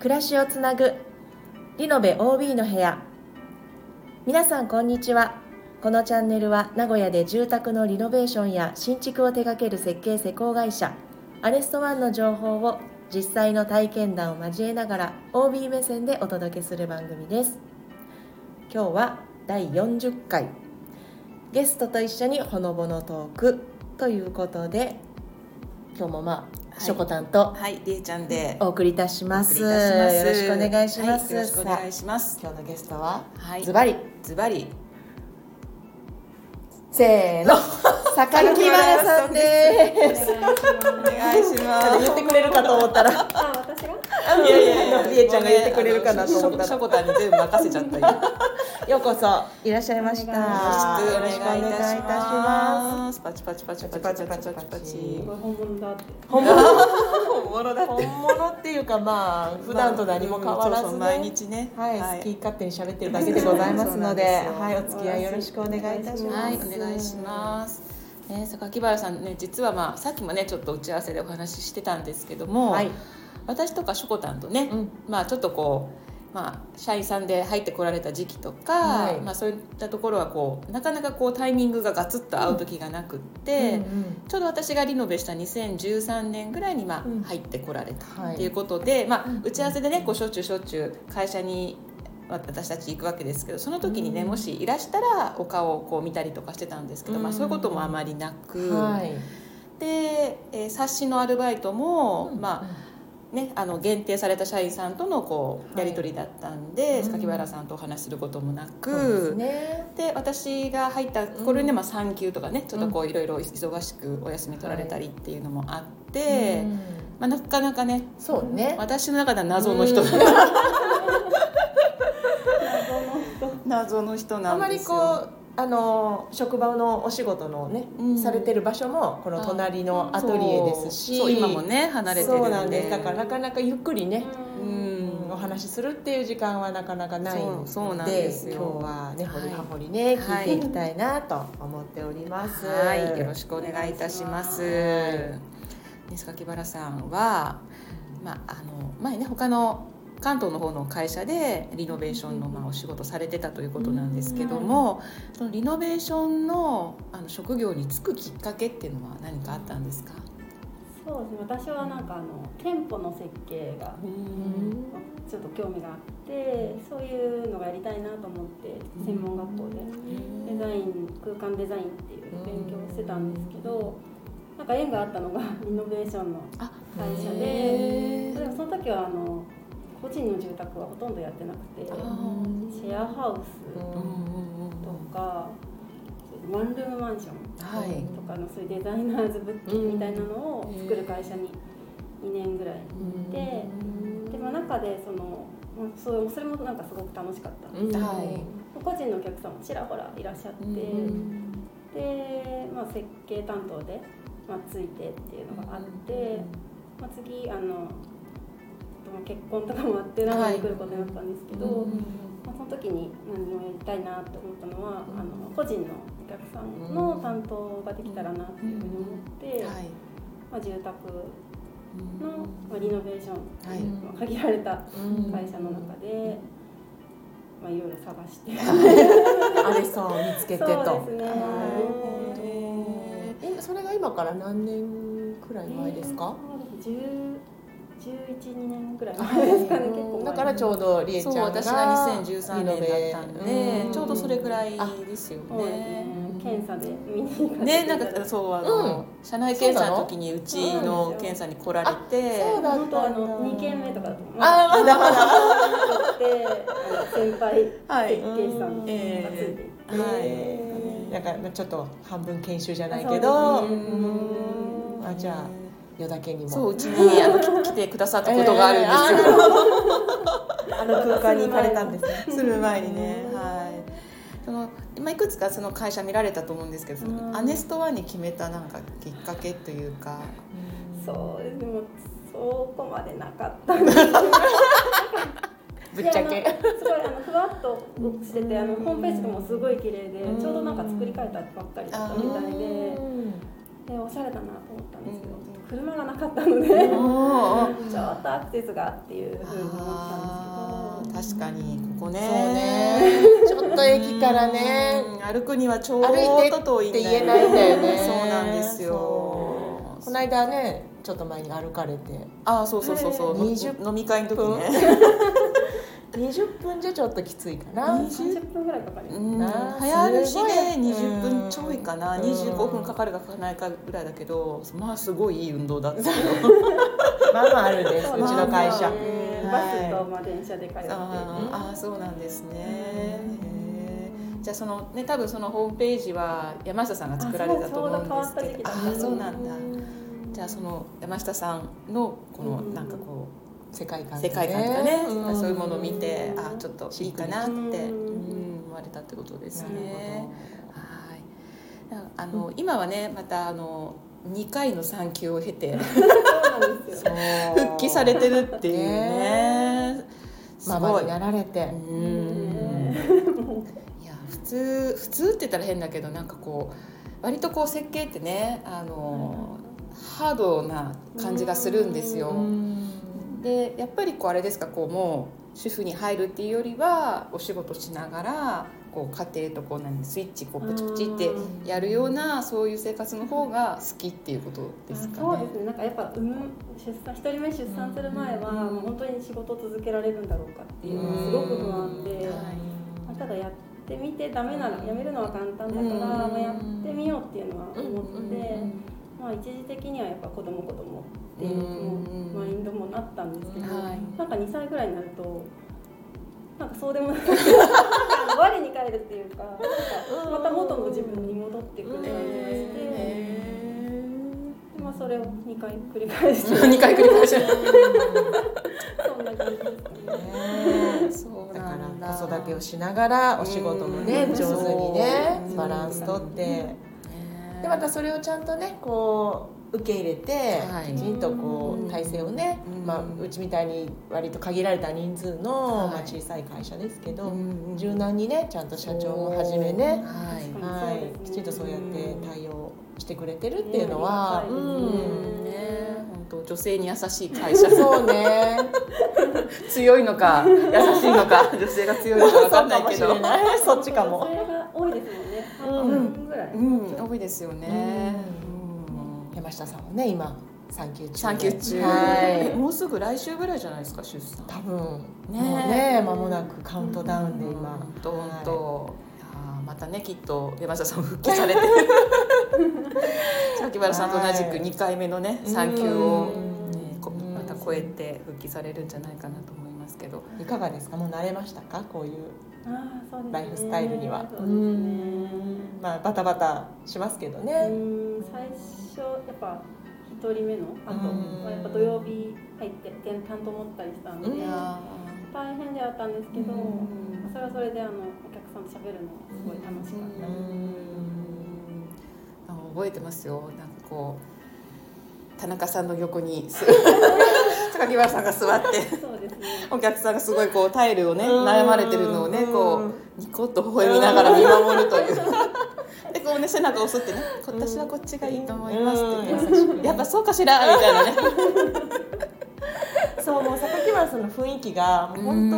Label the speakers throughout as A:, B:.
A: 暮らしをつなぐリノベ OB の部屋皆さんこんにちはこのチャンネルは名古屋で住宅のリノベーションや新築を手掛ける設計施工会社アレストワンの情報を実際の体験談を交えながら OB 目線でお届けする番組です今日は第40回ゲストと一緒にほのぼのトークということで今日もまあ、
B: はい
A: しょこたんと
B: はい、りえちゃんで
A: お送りいたします
B: お送りい
A: よ
B: た
A: ろしくお願いします、
B: はいよろしくお願い
A: さ
B: します。
A: あ今日のゲストは、
B: はい
A: ズバリ
B: ズバリ。
A: せーの坂井木原さんで
C: お願いします。
A: す
B: お願いします。
A: 言ってくれるかと思ったら
C: あ、私が。
A: いやいやいやりえちゃんが言ってくれるかなと思ったら
B: しょこたんに全部任せちゃったよ。
A: ようこそいらっしゃいました
C: よ
B: よろ
C: ろ
B: し
C: し
B: く
C: く
B: お
C: お
B: 願
C: 願
B: い
C: い
B: い
C: い
B: た
C: た
B: し
C: し
B: ま。
C: ます
B: パチパチパチパチパチパチパチパチ。
C: これ本物だって。
A: 本物
B: 本物だ。
A: 本物っていうかまあ普段と何も変わらず、
B: そうそう
A: ね
B: 毎日ね。
A: はい、好き勝手に喋ってるだけでございますので、はい、お付き合いよろしくお願いいたします。
B: はい、お願いします。ね、榊原さんね、実はまあ、さっきもね、ちょっと打ち合わせでお話ししてたんですけども。
A: はい、
B: 私とかしょこたんとね、
A: うん
B: まあちょっとこう、まあ、社員さんで入ってこられた時期とか、
A: はい
B: まあ、そういったところはこうなかなかこうタイミングがガツッと合う時がなくっ
A: う
B: て、
A: んうん
B: ちょうど私がリノベした2013年ぐらいにま
A: うん
B: あ入ってこられた
A: はい
B: っていうことで、まあ
A: うん、
B: 打ち合わせでねこうしょっちゅうしょっちゅう会社にまあ私たち行くわけですけどその時にね、
A: うん
B: もしいらしたらお顔をこう見たりとかしてたんですけど、まあ、そういうこともあまりなく、
A: はい、
B: で、えー冊子のアルバイトも、まあ、ね、あの限定された社員さんとのこう
A: は
B: や
A: い
B: り取りだったんで、
A: うん
B: 榊原さんとお話しすることもな
A: そうです
B: く、
A: ね。
B: で私が入った頃にね、
A: うん
B: まあ、産休とかねちょっとこういろいろ忙しくお休み取られたりっていうのもあって、
A: うん
B: まあ、なかなかね
A: そうね。
B: 私の中では謎の人、
A: うん
B: 謎の人
A: あ
B: なん
A: ま
B: で
A: り
B: す
A: こ
B: よ。
A: うあの職場のお仕事のね、
B: うん
A: されてる場所もこの隣のアトリエですし、
B: そうそう今もね離れてるんで
A: そうなんです。だからなかなかゆっくりね。
B: う
A: うん
B: ん
A: お話しするっていう時間はなかなかないので
B: そうそうなんですよ
A: 今日はね
B: は
A: ほ
B: い
A: りはほりね、
B: はい
A: 聞いていきたいなと思っております。
B: はい、よろしくお願いいたします。
C: お
A: 願いし
B: ね榊原さんは、まああの前ね他の関東の方の会社でリノベーションのまあお仕事されてたということなんですけども、そのリノベーションのあの職業に就くきっかけっていうのは何かあったんですか？
C: そうですね。私はなんかあの店舗の設計が
A: うん
C: ちょっと興味があって、そういうのがやりたいなと思って専門学校でデザイン空間デザインっていう勉強をしてたんですけど、なんか縁があったのがリノベーションの
B: あ
C: 会社
B: へー
C: で、でもその時はあの個人の住宅はほとんどやってなくて、シ
B: あ
C: ェアハウス。
B: うんうんうん
C: とかワンルームマンショ
B: は
C: ン
B: い
C: とかのそういうデザイナーズ物件みたいなのを作る会社に2年ぐらいいてでも中でそのまあそうそれもなんかすごく楽しかった、
A: うん
B: はい
C: 個人のお客さんもちらほらいらっしゃって、
B: うん
C: で、まあ、設計担当で、まあ、ついてっていうのがあって、まあ、次あの結婚とかもあって名古屋に来ることになったんですけど、まあ、その時に何をやりたいなって思ったのは、
A: うん
C: あの個人のお客さんの担当ができたらなっていうふうに思って、
B: はい
C: まあ、住宅
B: うん
C: の、まあ、リノベーション、
B: はい
C: まあ限られた
A: うん
C: 会社の中で、まあ、いろいろ探して
A: アレソンを見つけてと。
C: そうですね、
A: はい
B: へ
A: えそれが今から何年くらい前ですか？
C: 10 11,2年ぐらい前ですかね、結構前
A: だからちょうどリエちゃ
B: そ
A: ん
B: う
A: が
B: 私が2013年だったんで、
A: うん
B: ちょうどそれぐらいですよ
C: そうですね
B: ね。
C: 検査で見に行かせていただいて
B: ね、なんかそうあの、社内検査の時にうち
C: そうなの
B: の検査に来られて、
A: そうだっ
C: 本当
A: た
C: あ
A: んだ
C: の2件目とかだと思う
A: あーまだま
C: であの先輩設
B: はい
C: 計士さんがついていて、
A: だ
B: えはい。
A: なんかまあちょっと半分研修じゃない
C: あ
A: け
C: そ
A: ど、
C: うですね
A: うんあじゃあ夜だけにも
B: そううちにあのき来てくださったことがあるんです
A: え
B: よ。
A: ーあーな るほどあの空間に行かれたん ですね
B: する前にね、はい。そのまあいくつかその会社見られたと思うんですけど、その
C: うん
B: アネストワンに決めたなんかきっかけというか、
C: そうですでもそこまでなかったんです
A: ぶっちゃけ
C: であのすごいあのふわっとしててあのホームページとかもすごい綺麗で
A: うん
C: ちょうどなんか作り変えたばっかりだったみたいででおしゃれだなと思ったんですけど
B: う
C: 車がなかったのでちょうどったアクセスがっていうふうに思ったんですけど。
B: 確かにここね
A: そうねちょっと駅からね
B: うん歩くにはちょう
A: 歩いて
B: どと
A: って言えないんだよね
B: そうなんですよ
A: そこの間ねちょっと前に歩かれて
B: ああそうそうそうそう、
A: ね20
B: 飲み会の時ね、
A: 20分じゃちょっときついかな、
B: うん
C: 三十分ぐらいかかります。
B: うん、
A: なあ
B: 早歩き
A: すごい
B: で20分ちょいかな、
A: うん
B: 25分かかるかかからないかぐらいだけどまあすごいいい運動だった
A: まあまああるんですうち
B: まあまあ
A: の会社、
B: うん
C: バスとまあ電車で通って。
A: う
B: あ
A: ん
B: ーあーそうなんですね、へーじゃあそのね多分そのホームページは山下さんが作られたと思うんですけどあ
C: あそう
B: あ
C: ちょ
B: そうう
C: ど変
B: な
C: わった
B: んだじゃあその山下さんのこの
C: うん
B: なんかこう
A: 世界観
B: 世界観とかね、そういうものを見て
C: うん
B: あーちょっといいかなって
C: しっくり
B: うん思われたってことです
A: な
B: ね
A: る。ほ
B: はい。だからあの、今はねまたあの2回の産休を経て
C: そうなんですよ。
A: ど
B: 復帰されてるっていうね。す
A: ママ
B: ごい。
A: になられて
B: うん。いや普通普通って言ったら変だけどなんかこう割とこう設計ってねあのハードな感じがするんですよ。でやっぱりこうあれですかこうもう主婦に入るっていうよりはお仕事しながらこう家庭とこう何スイッチこうプチプチって
A: うん
B: やるようなそういう生活の方が好きっていうことです
C: あ
B: か
C: そう
B: ね
C: で。すね。なんかやっぱ産む出産一人目出産する前は
B: うん
C: もう本当に仕事を続けられるんだろうかっていうのがすごく不安で
B: うん、
C: まあただやってみてダメならやめるのは簡単だから、
B: うん
C: まあやってみようっていうのは
A: うん
C: 思って、
A: うん
C: まあ一時的にはやっぱ子供子供っていううんマインドもなったんですけど、
B: はい
C: なんか2歳ぐらいになるとなんかそうでもなく 我に返るっていうかなんかまた元の自分に戻ってくる感じがして、まあ、それを2回繰り返して
B: 2回繰り返し
C: そんな感じですかね。
A: ね
B: そう
A: だ
B: な
A: か
B: ん
A: ら子育てをしながらお仕事もね
B: うん
A: 上手に
B: そう
A: ね
B: うん
A: バランスとって
B: ね
A: でまたそれをちゃんとねこう受け入れて
B: はい
A: きちんとこ
B: うん
A: う体制をね
B: うん
A: まあうちみたいに割と限られた人数のま
B: は
A: あ
B: い
A: 小さい会社ですけ
B: う
A: ど
B: んうん
A: 柔軟にねちゃんと社長をはじめね
B: はい
C: うん
A: はいきちんとそうやって対応してくれてるっていうのはう
C: ね
B: うん
A: ん
B: ね本当女性に優しい会社
A: そうね
B: 強いのか優しいのか 女性が強いのか分かんないけ
A: そ
B: ど
A: うかもしれないそっちかも
C: 女性が多いですもんね。半分ぐらい。
B: うん多いですよねうん
A: 山下さんはね今産休中で
B: 産休中
A: はい
B: もうすぐ来週ぐらいじゃないですか出産
A: 多分
B: ね
A: もうね間もなくカウントダウンで今、
B: 本当
A: はい
B: 本当あーまたねきっと山下さんも復帰 されて榊原さんと同じく2回目のね
A: うん
B: 産休を
A: うん
B: ねこまた超えて復帰されるんじゃないかなと思いますけど
A: い、かがですかもう慣れましたかこういう
C: あーそうですね
A: ライフスタイルには、
C: そう
A: う
C: ですね。
A: んまあバタバタしますけど
C: う
A: ね、
C: ん最初やっぱ一人目の後
A: うん
C: はやっぱ土曜日入って点担当持ったりしたので
A: うん
C: 大変ではあったんですけど
B: うん
C: それはそれであのお客さんと喋るのがすごい楽しかった
A: う
C: り
A: ん
B: あの覚えてますよなんかこう田中さんの横にす榊原さんが座って
C: そうですね
B: お客さんがすごいこうタイルをね悩まれてるのをね
A: う
B: こ
A: ん
B: うニコッと微笑みながら見守るというでこうね背中を押すってね「
A: ん
B: 私はこっちがいいと思います」って
A: うん
B: 優しく「やっぱそうかしら」みたいなね
A: そうもう榊原さんの雰囲気がもう本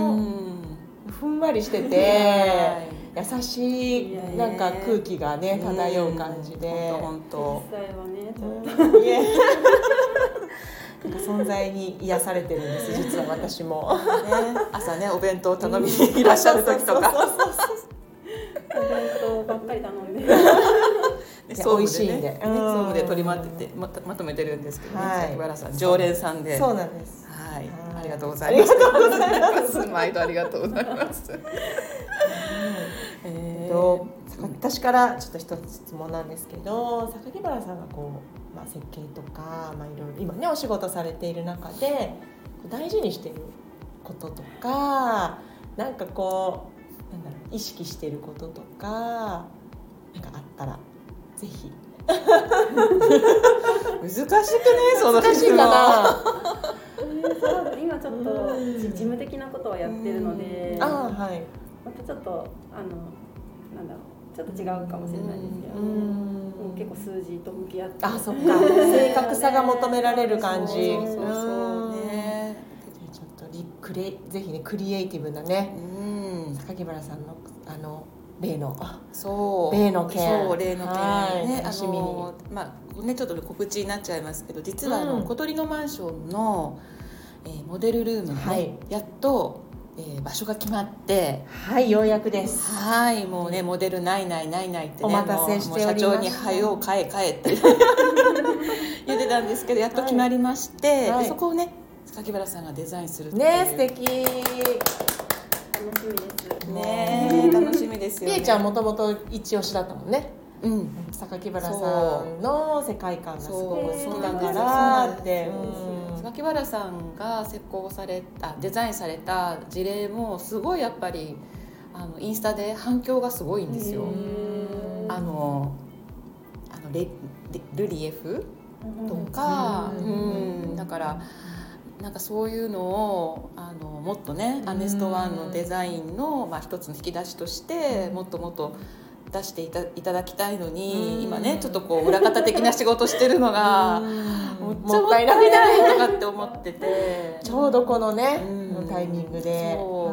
B: 当
A: 当ふんわりしてて、優しい
C: いやね
A: なんか空気がね漂う感じで、
B: 本当
C: 実
B: 本
C: 際はねちょっと
A: いえ なんか存在に癒されてるん です実は私も
B: 当ね朝ねお弁当頼みにいらっしゃる時とか
A: そうそうそう
C: お弁当ばっかり頼んで
B: で
A: いや
B: 総務
A: 美味しいんで
B: ね
A: うん
B: 総務で取りまとめてまとまとめてるんですけどね、
A: はい
B: 榊原さん常連さん
A: そう
B: で
A: そうなんです
B: は
A: は
B: い
A: い
B: ありがとうございます 毎度ありがとうございます、
A: え
B: え
A: っと私からちょっと一つ質問なんですけど榊原さんがこう、まあ、設計とか、まあ、いろいろ今ねお仕事されている中でこう大事にしてることとかなんかこうなんだろう意識してることとかなんかあったらぜひ
B: 難しくねその質問
A: 難しいか な
C: 今ちょっと事務的なことをやってるので
A: あはい
C: またちょっとあのなんだろうちょっと違うかもしれないですけど、
A: う
C: も
A: ん
C: う結構数字と向き合って
A: あそっか正確さが求められる感じ
B: そうそうそうそうね
A: クレイぜひねクリエイティブなね
B: うん、
A: 榊原さんのあの例の
B: そう
A: 例の件
B: そう例の件
A: はい
B: ねあ
A: 楽しみに
B: のまあねちょっと告知になっちゃいますけど実はあの、
A: うん
B: 小鳥のマンションの、えーモデルルームがね、
A: はい
B: やっと、えー場所が決まって
A: はいようやくです
B: はいもうねモデルないないないないってね
A: お待たせしておりました
B: もうもう社長に「はよう帰え帰え」って 言ってたんですけどやっと決まりまして、
A: はい
B: でそこをね榊原さんがデザインするっていう
A: ね素敵
C: 楽しみです。
B: ね楽しみですよ
A: み
B: ね
A: えちゃんもともと一押しだったもんね
B: うん
A: 榊原さんの世界観がすごく好きだからってうん
B: 椿原さんが施工されたデザインされた事例もすごいやっぱりあのインスタで反響がすごいんですよ。
A: うん
B: あのあのレレルリエフ
C: うん
B: とか、
A: う
B: うんんだからなんかそういうのをあのもっとね、
A: うん
B: アネストワンのデザインの、まあ、一つの引き出しとしてもっともっと出していたいただきたいのに、
A: うん
B: 今ねちょっとこう裏方的な仕事してるのが。
A: うん
B: も
A: もっ
B: った
A: たい
B: い
A: な
B: ないい
A: な
B: なとかって思ってて
A: ちょうどこのね
B: うん
A: タイミングで
B: そう
A: は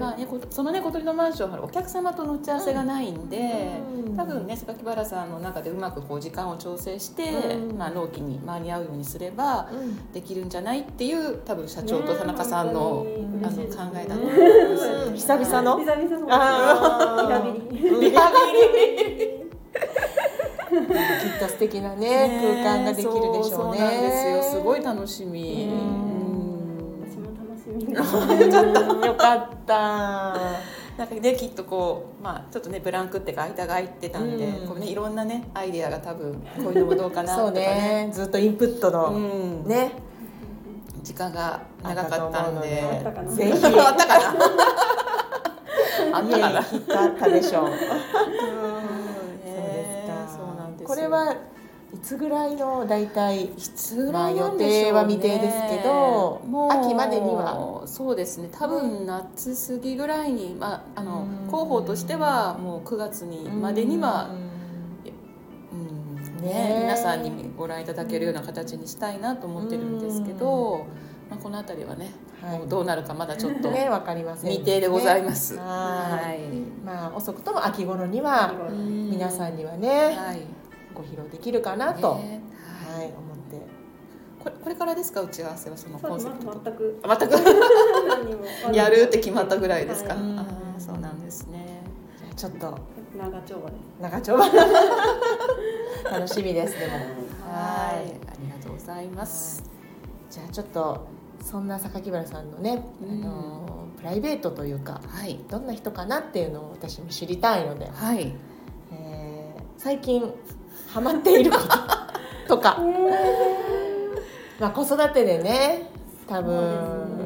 B: まあね、こそのね小鳥のマンションはほらお客様との打ち合わせがないんで、
A: うん
B: 多分ね榊原さんの中でうまくこう時間を調整して、
A: うん
B: まあ、納期に間に合うようにすれば
A: いうん
B: できるんじゃないっていう多分社長と田中さんの,、
A: ね
B: あの考えだと思います
A: うん久々
C: あ
A: の
C: 久々の
A: あー
C: リハビリ。
A: リハ ビリきっと素敵なね空間ができるでし
B: そ
A: ょうね
B: そうなんですよすごい楽しみ。
A: う
B: うん
C: 私も楽 しみです。
A: うんよかった
B: なんかねきっとこうまあちょっとねブランクっていうか間が空いてたんで、
A: うん
B: こうねいろんなねアイデアが多分こういうのもどうかなと
A: そ
B: か
A: う
B: ね
A: ねずっとインプット
B: う
A: の
B: ん、
A: ね
B: 時間が長かったんで
A: あ
C: ったと思うので
A: ぜひ
B: あったかなあったかな、
A: きっとあったでしょう そうです
B: ね
A: か
B: そうなんですよ
A: これはいつぐらいの大体
B: いつぐらいなんでしょう、ね
A: まあ予定は未定ですけど
B: もう
A: 秋までには
B: そうですね多分夏過ぎぐらいに、まあ、あの
A: うん
B: 広報としてはもう9月にまでにはうん
A: ね
B: ね、皆さんにご覧いただけるような形にしたいなと思ってるんですけど、まあ、この辺りはね、
A: はい
B: もうどうなるかまだちょっと
A: ねわかりません
B: 未定でございますす。
A: は
B: はい
A: いまあ遅くとも秋頃には皆さんにはね
B: はい、
A: ご披露できるかなと
B: ね
A: はい思って
B: これこれからですか打ち合わせはその
C: そ
B: コ
C: う
B: ン
C: です
B: セ
C: ま
B: プトと
C: 全く
B: 全く
C: 何にも
B: やるって決まったぐらいですか、
C: は
A: うん
B: あーそうなんですね
A: じゃあちょっと
C: い長丁場です。
A: 長丁場 楽しみですでも
B: はい
A: はい
B: ありがとうございます、
A: じゃあちょっとそんな榊原さんのね、
B: うん
A: あのプライベートというか
B: はい
A: どんな人かなっていうのを私も知りたいので、
B: はい
A: えー最近ハマっていることと か、まあ、子育てでね多
C: そうです
A: 分
C: ね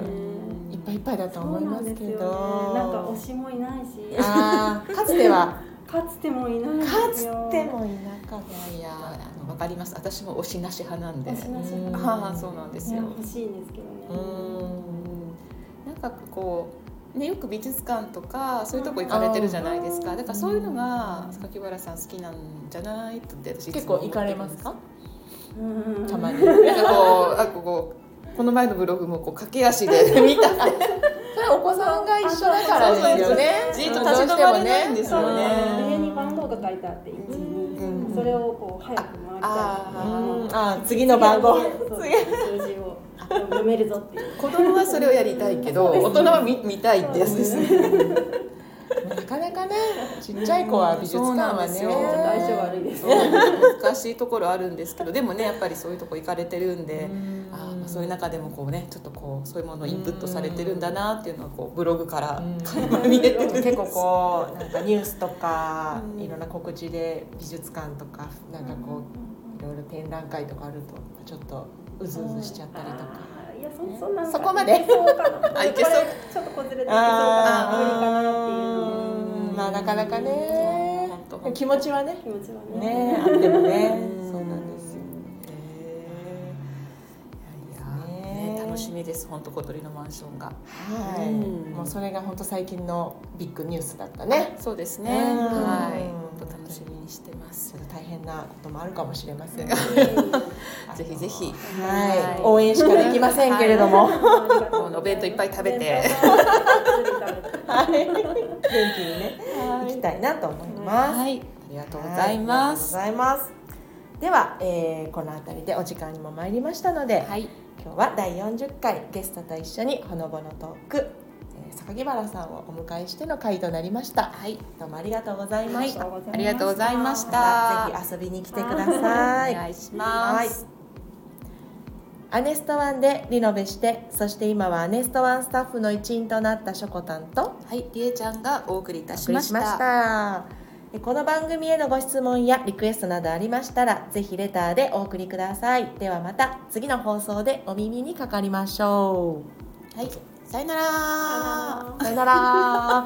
A: いっぱいいっぱいだと思いますけど
C: そうなんですよねなんか推しもいないし、
A: あーかつては
C: かつてもいないんで
A: か
C: す
A: つ
C: よ。
A: てもいなかっ
B: いやーあのわかります私も推しなし派なんで
C: 推しなし
A: 派
B: はあそうなんです
C: いや
B: よ、
C: 欲しいんですけど
A: たう
C: ね。
A: ん
B: なんかこうねよく美術館とかそういうとこ行かれてるじゃないです
A: あ
B: か
A: ー
B: だからそういうのが榊原さん好きなんじゃないって私いつ
A: 結
B: も
A: 構
B: 思ってるんです
A: 行かれますか
C: うん
A: たまに
B: なんかこうあこうこの前のブログもこう駆け足で 見たんで
A: それお子さんが一緒だからですよね
B: そうそうそうじっと立ち止まれないんです
C: そ
B: よ
C: う
B: ね
C: 上に番号が書いてあって1、
B: うん
C: 2、それをこう早く回りたい。
B: あ
A: うんあ次の番号
C: そう数字を読めるぞっていう。
B: 子供はそれをやりたいけど大人は見見たいってやつですね
A: なかなかねちっちゃい子は美術館はね
B: そう
C: ちょっと
B: なんで
C: 相
B: す
C: 性
B: よ
C: 悪いです。
B: そう難しいところあるんですけどでもねやっぱりそういうとこ行かれてるんで
A: うん
B: あーまあそういう中でもこうねちょっとこうそういうものをインプットされてるんだなっていうのはこうブログから垣間 見えてるんです
A: 結構こうなんかニュースとか
B: うん
A: いろんな告知で美術館とかなんかこういろいろ展覧会とかあるとちょっとうずうずしちゃったりとか。
C: あーいやそそんなん
A: そこまで
C: そうかな
B: あいけ そう
C: これちょっとこずれていけそうかな無理かなっていうのを
A: うーんまあなかなかね
B: 本当本当
A: 気持ちはね
C: 気持ちはね
A: ねあってもね
B: うん
A: そうなんですよ
B: へーいや
A: ね
B: ーね楽しみです本当小鳥のマンションが
A: はい
B: うん
A: もうそれが本当最近のビッグニュースだったね
B: そうですね
A: うん
B: はい本と楽しみにしてます
A: ちょ。っと大変なこともあるかもしれま せん。
B: ぜひぜひ
A: はい、
C: はい
A: 応援しかできませんけれども、
B: もうお弁当いっぱい食べて
A: はい、元気にね、行きたいなと思います。
B: はい、ありがとうございます。
A: はありがとうございます。では、えーこのあたりでお時間にも参りましたので、
B: はい、
A: 今日は第40回ゲストと一緒にほのぼのトーク、えー、榊原さんをお迎えしての回となりました。
B: はい、
A: どうもありがとうございました。
B: ありがとうございまし
A: ま
B: た
A: たぜひ遊びに来てくださ
B: お
A: い。
B: 願いします。
A: アネストワンでリノベしてそして今はアネストワンスタッフの一員となったしょこたんと
B: はい、りえちゃんがお送りいた
A: お
B: し
A: 送り
B: ま
A: し
B: し。
A: ましたたえこの番組へのご質問やリクエストなどありましたらぜひレターでお送りくださいではまた次の放送でお耳にかかりましょ
B: はい、さよなら
A: うさよなら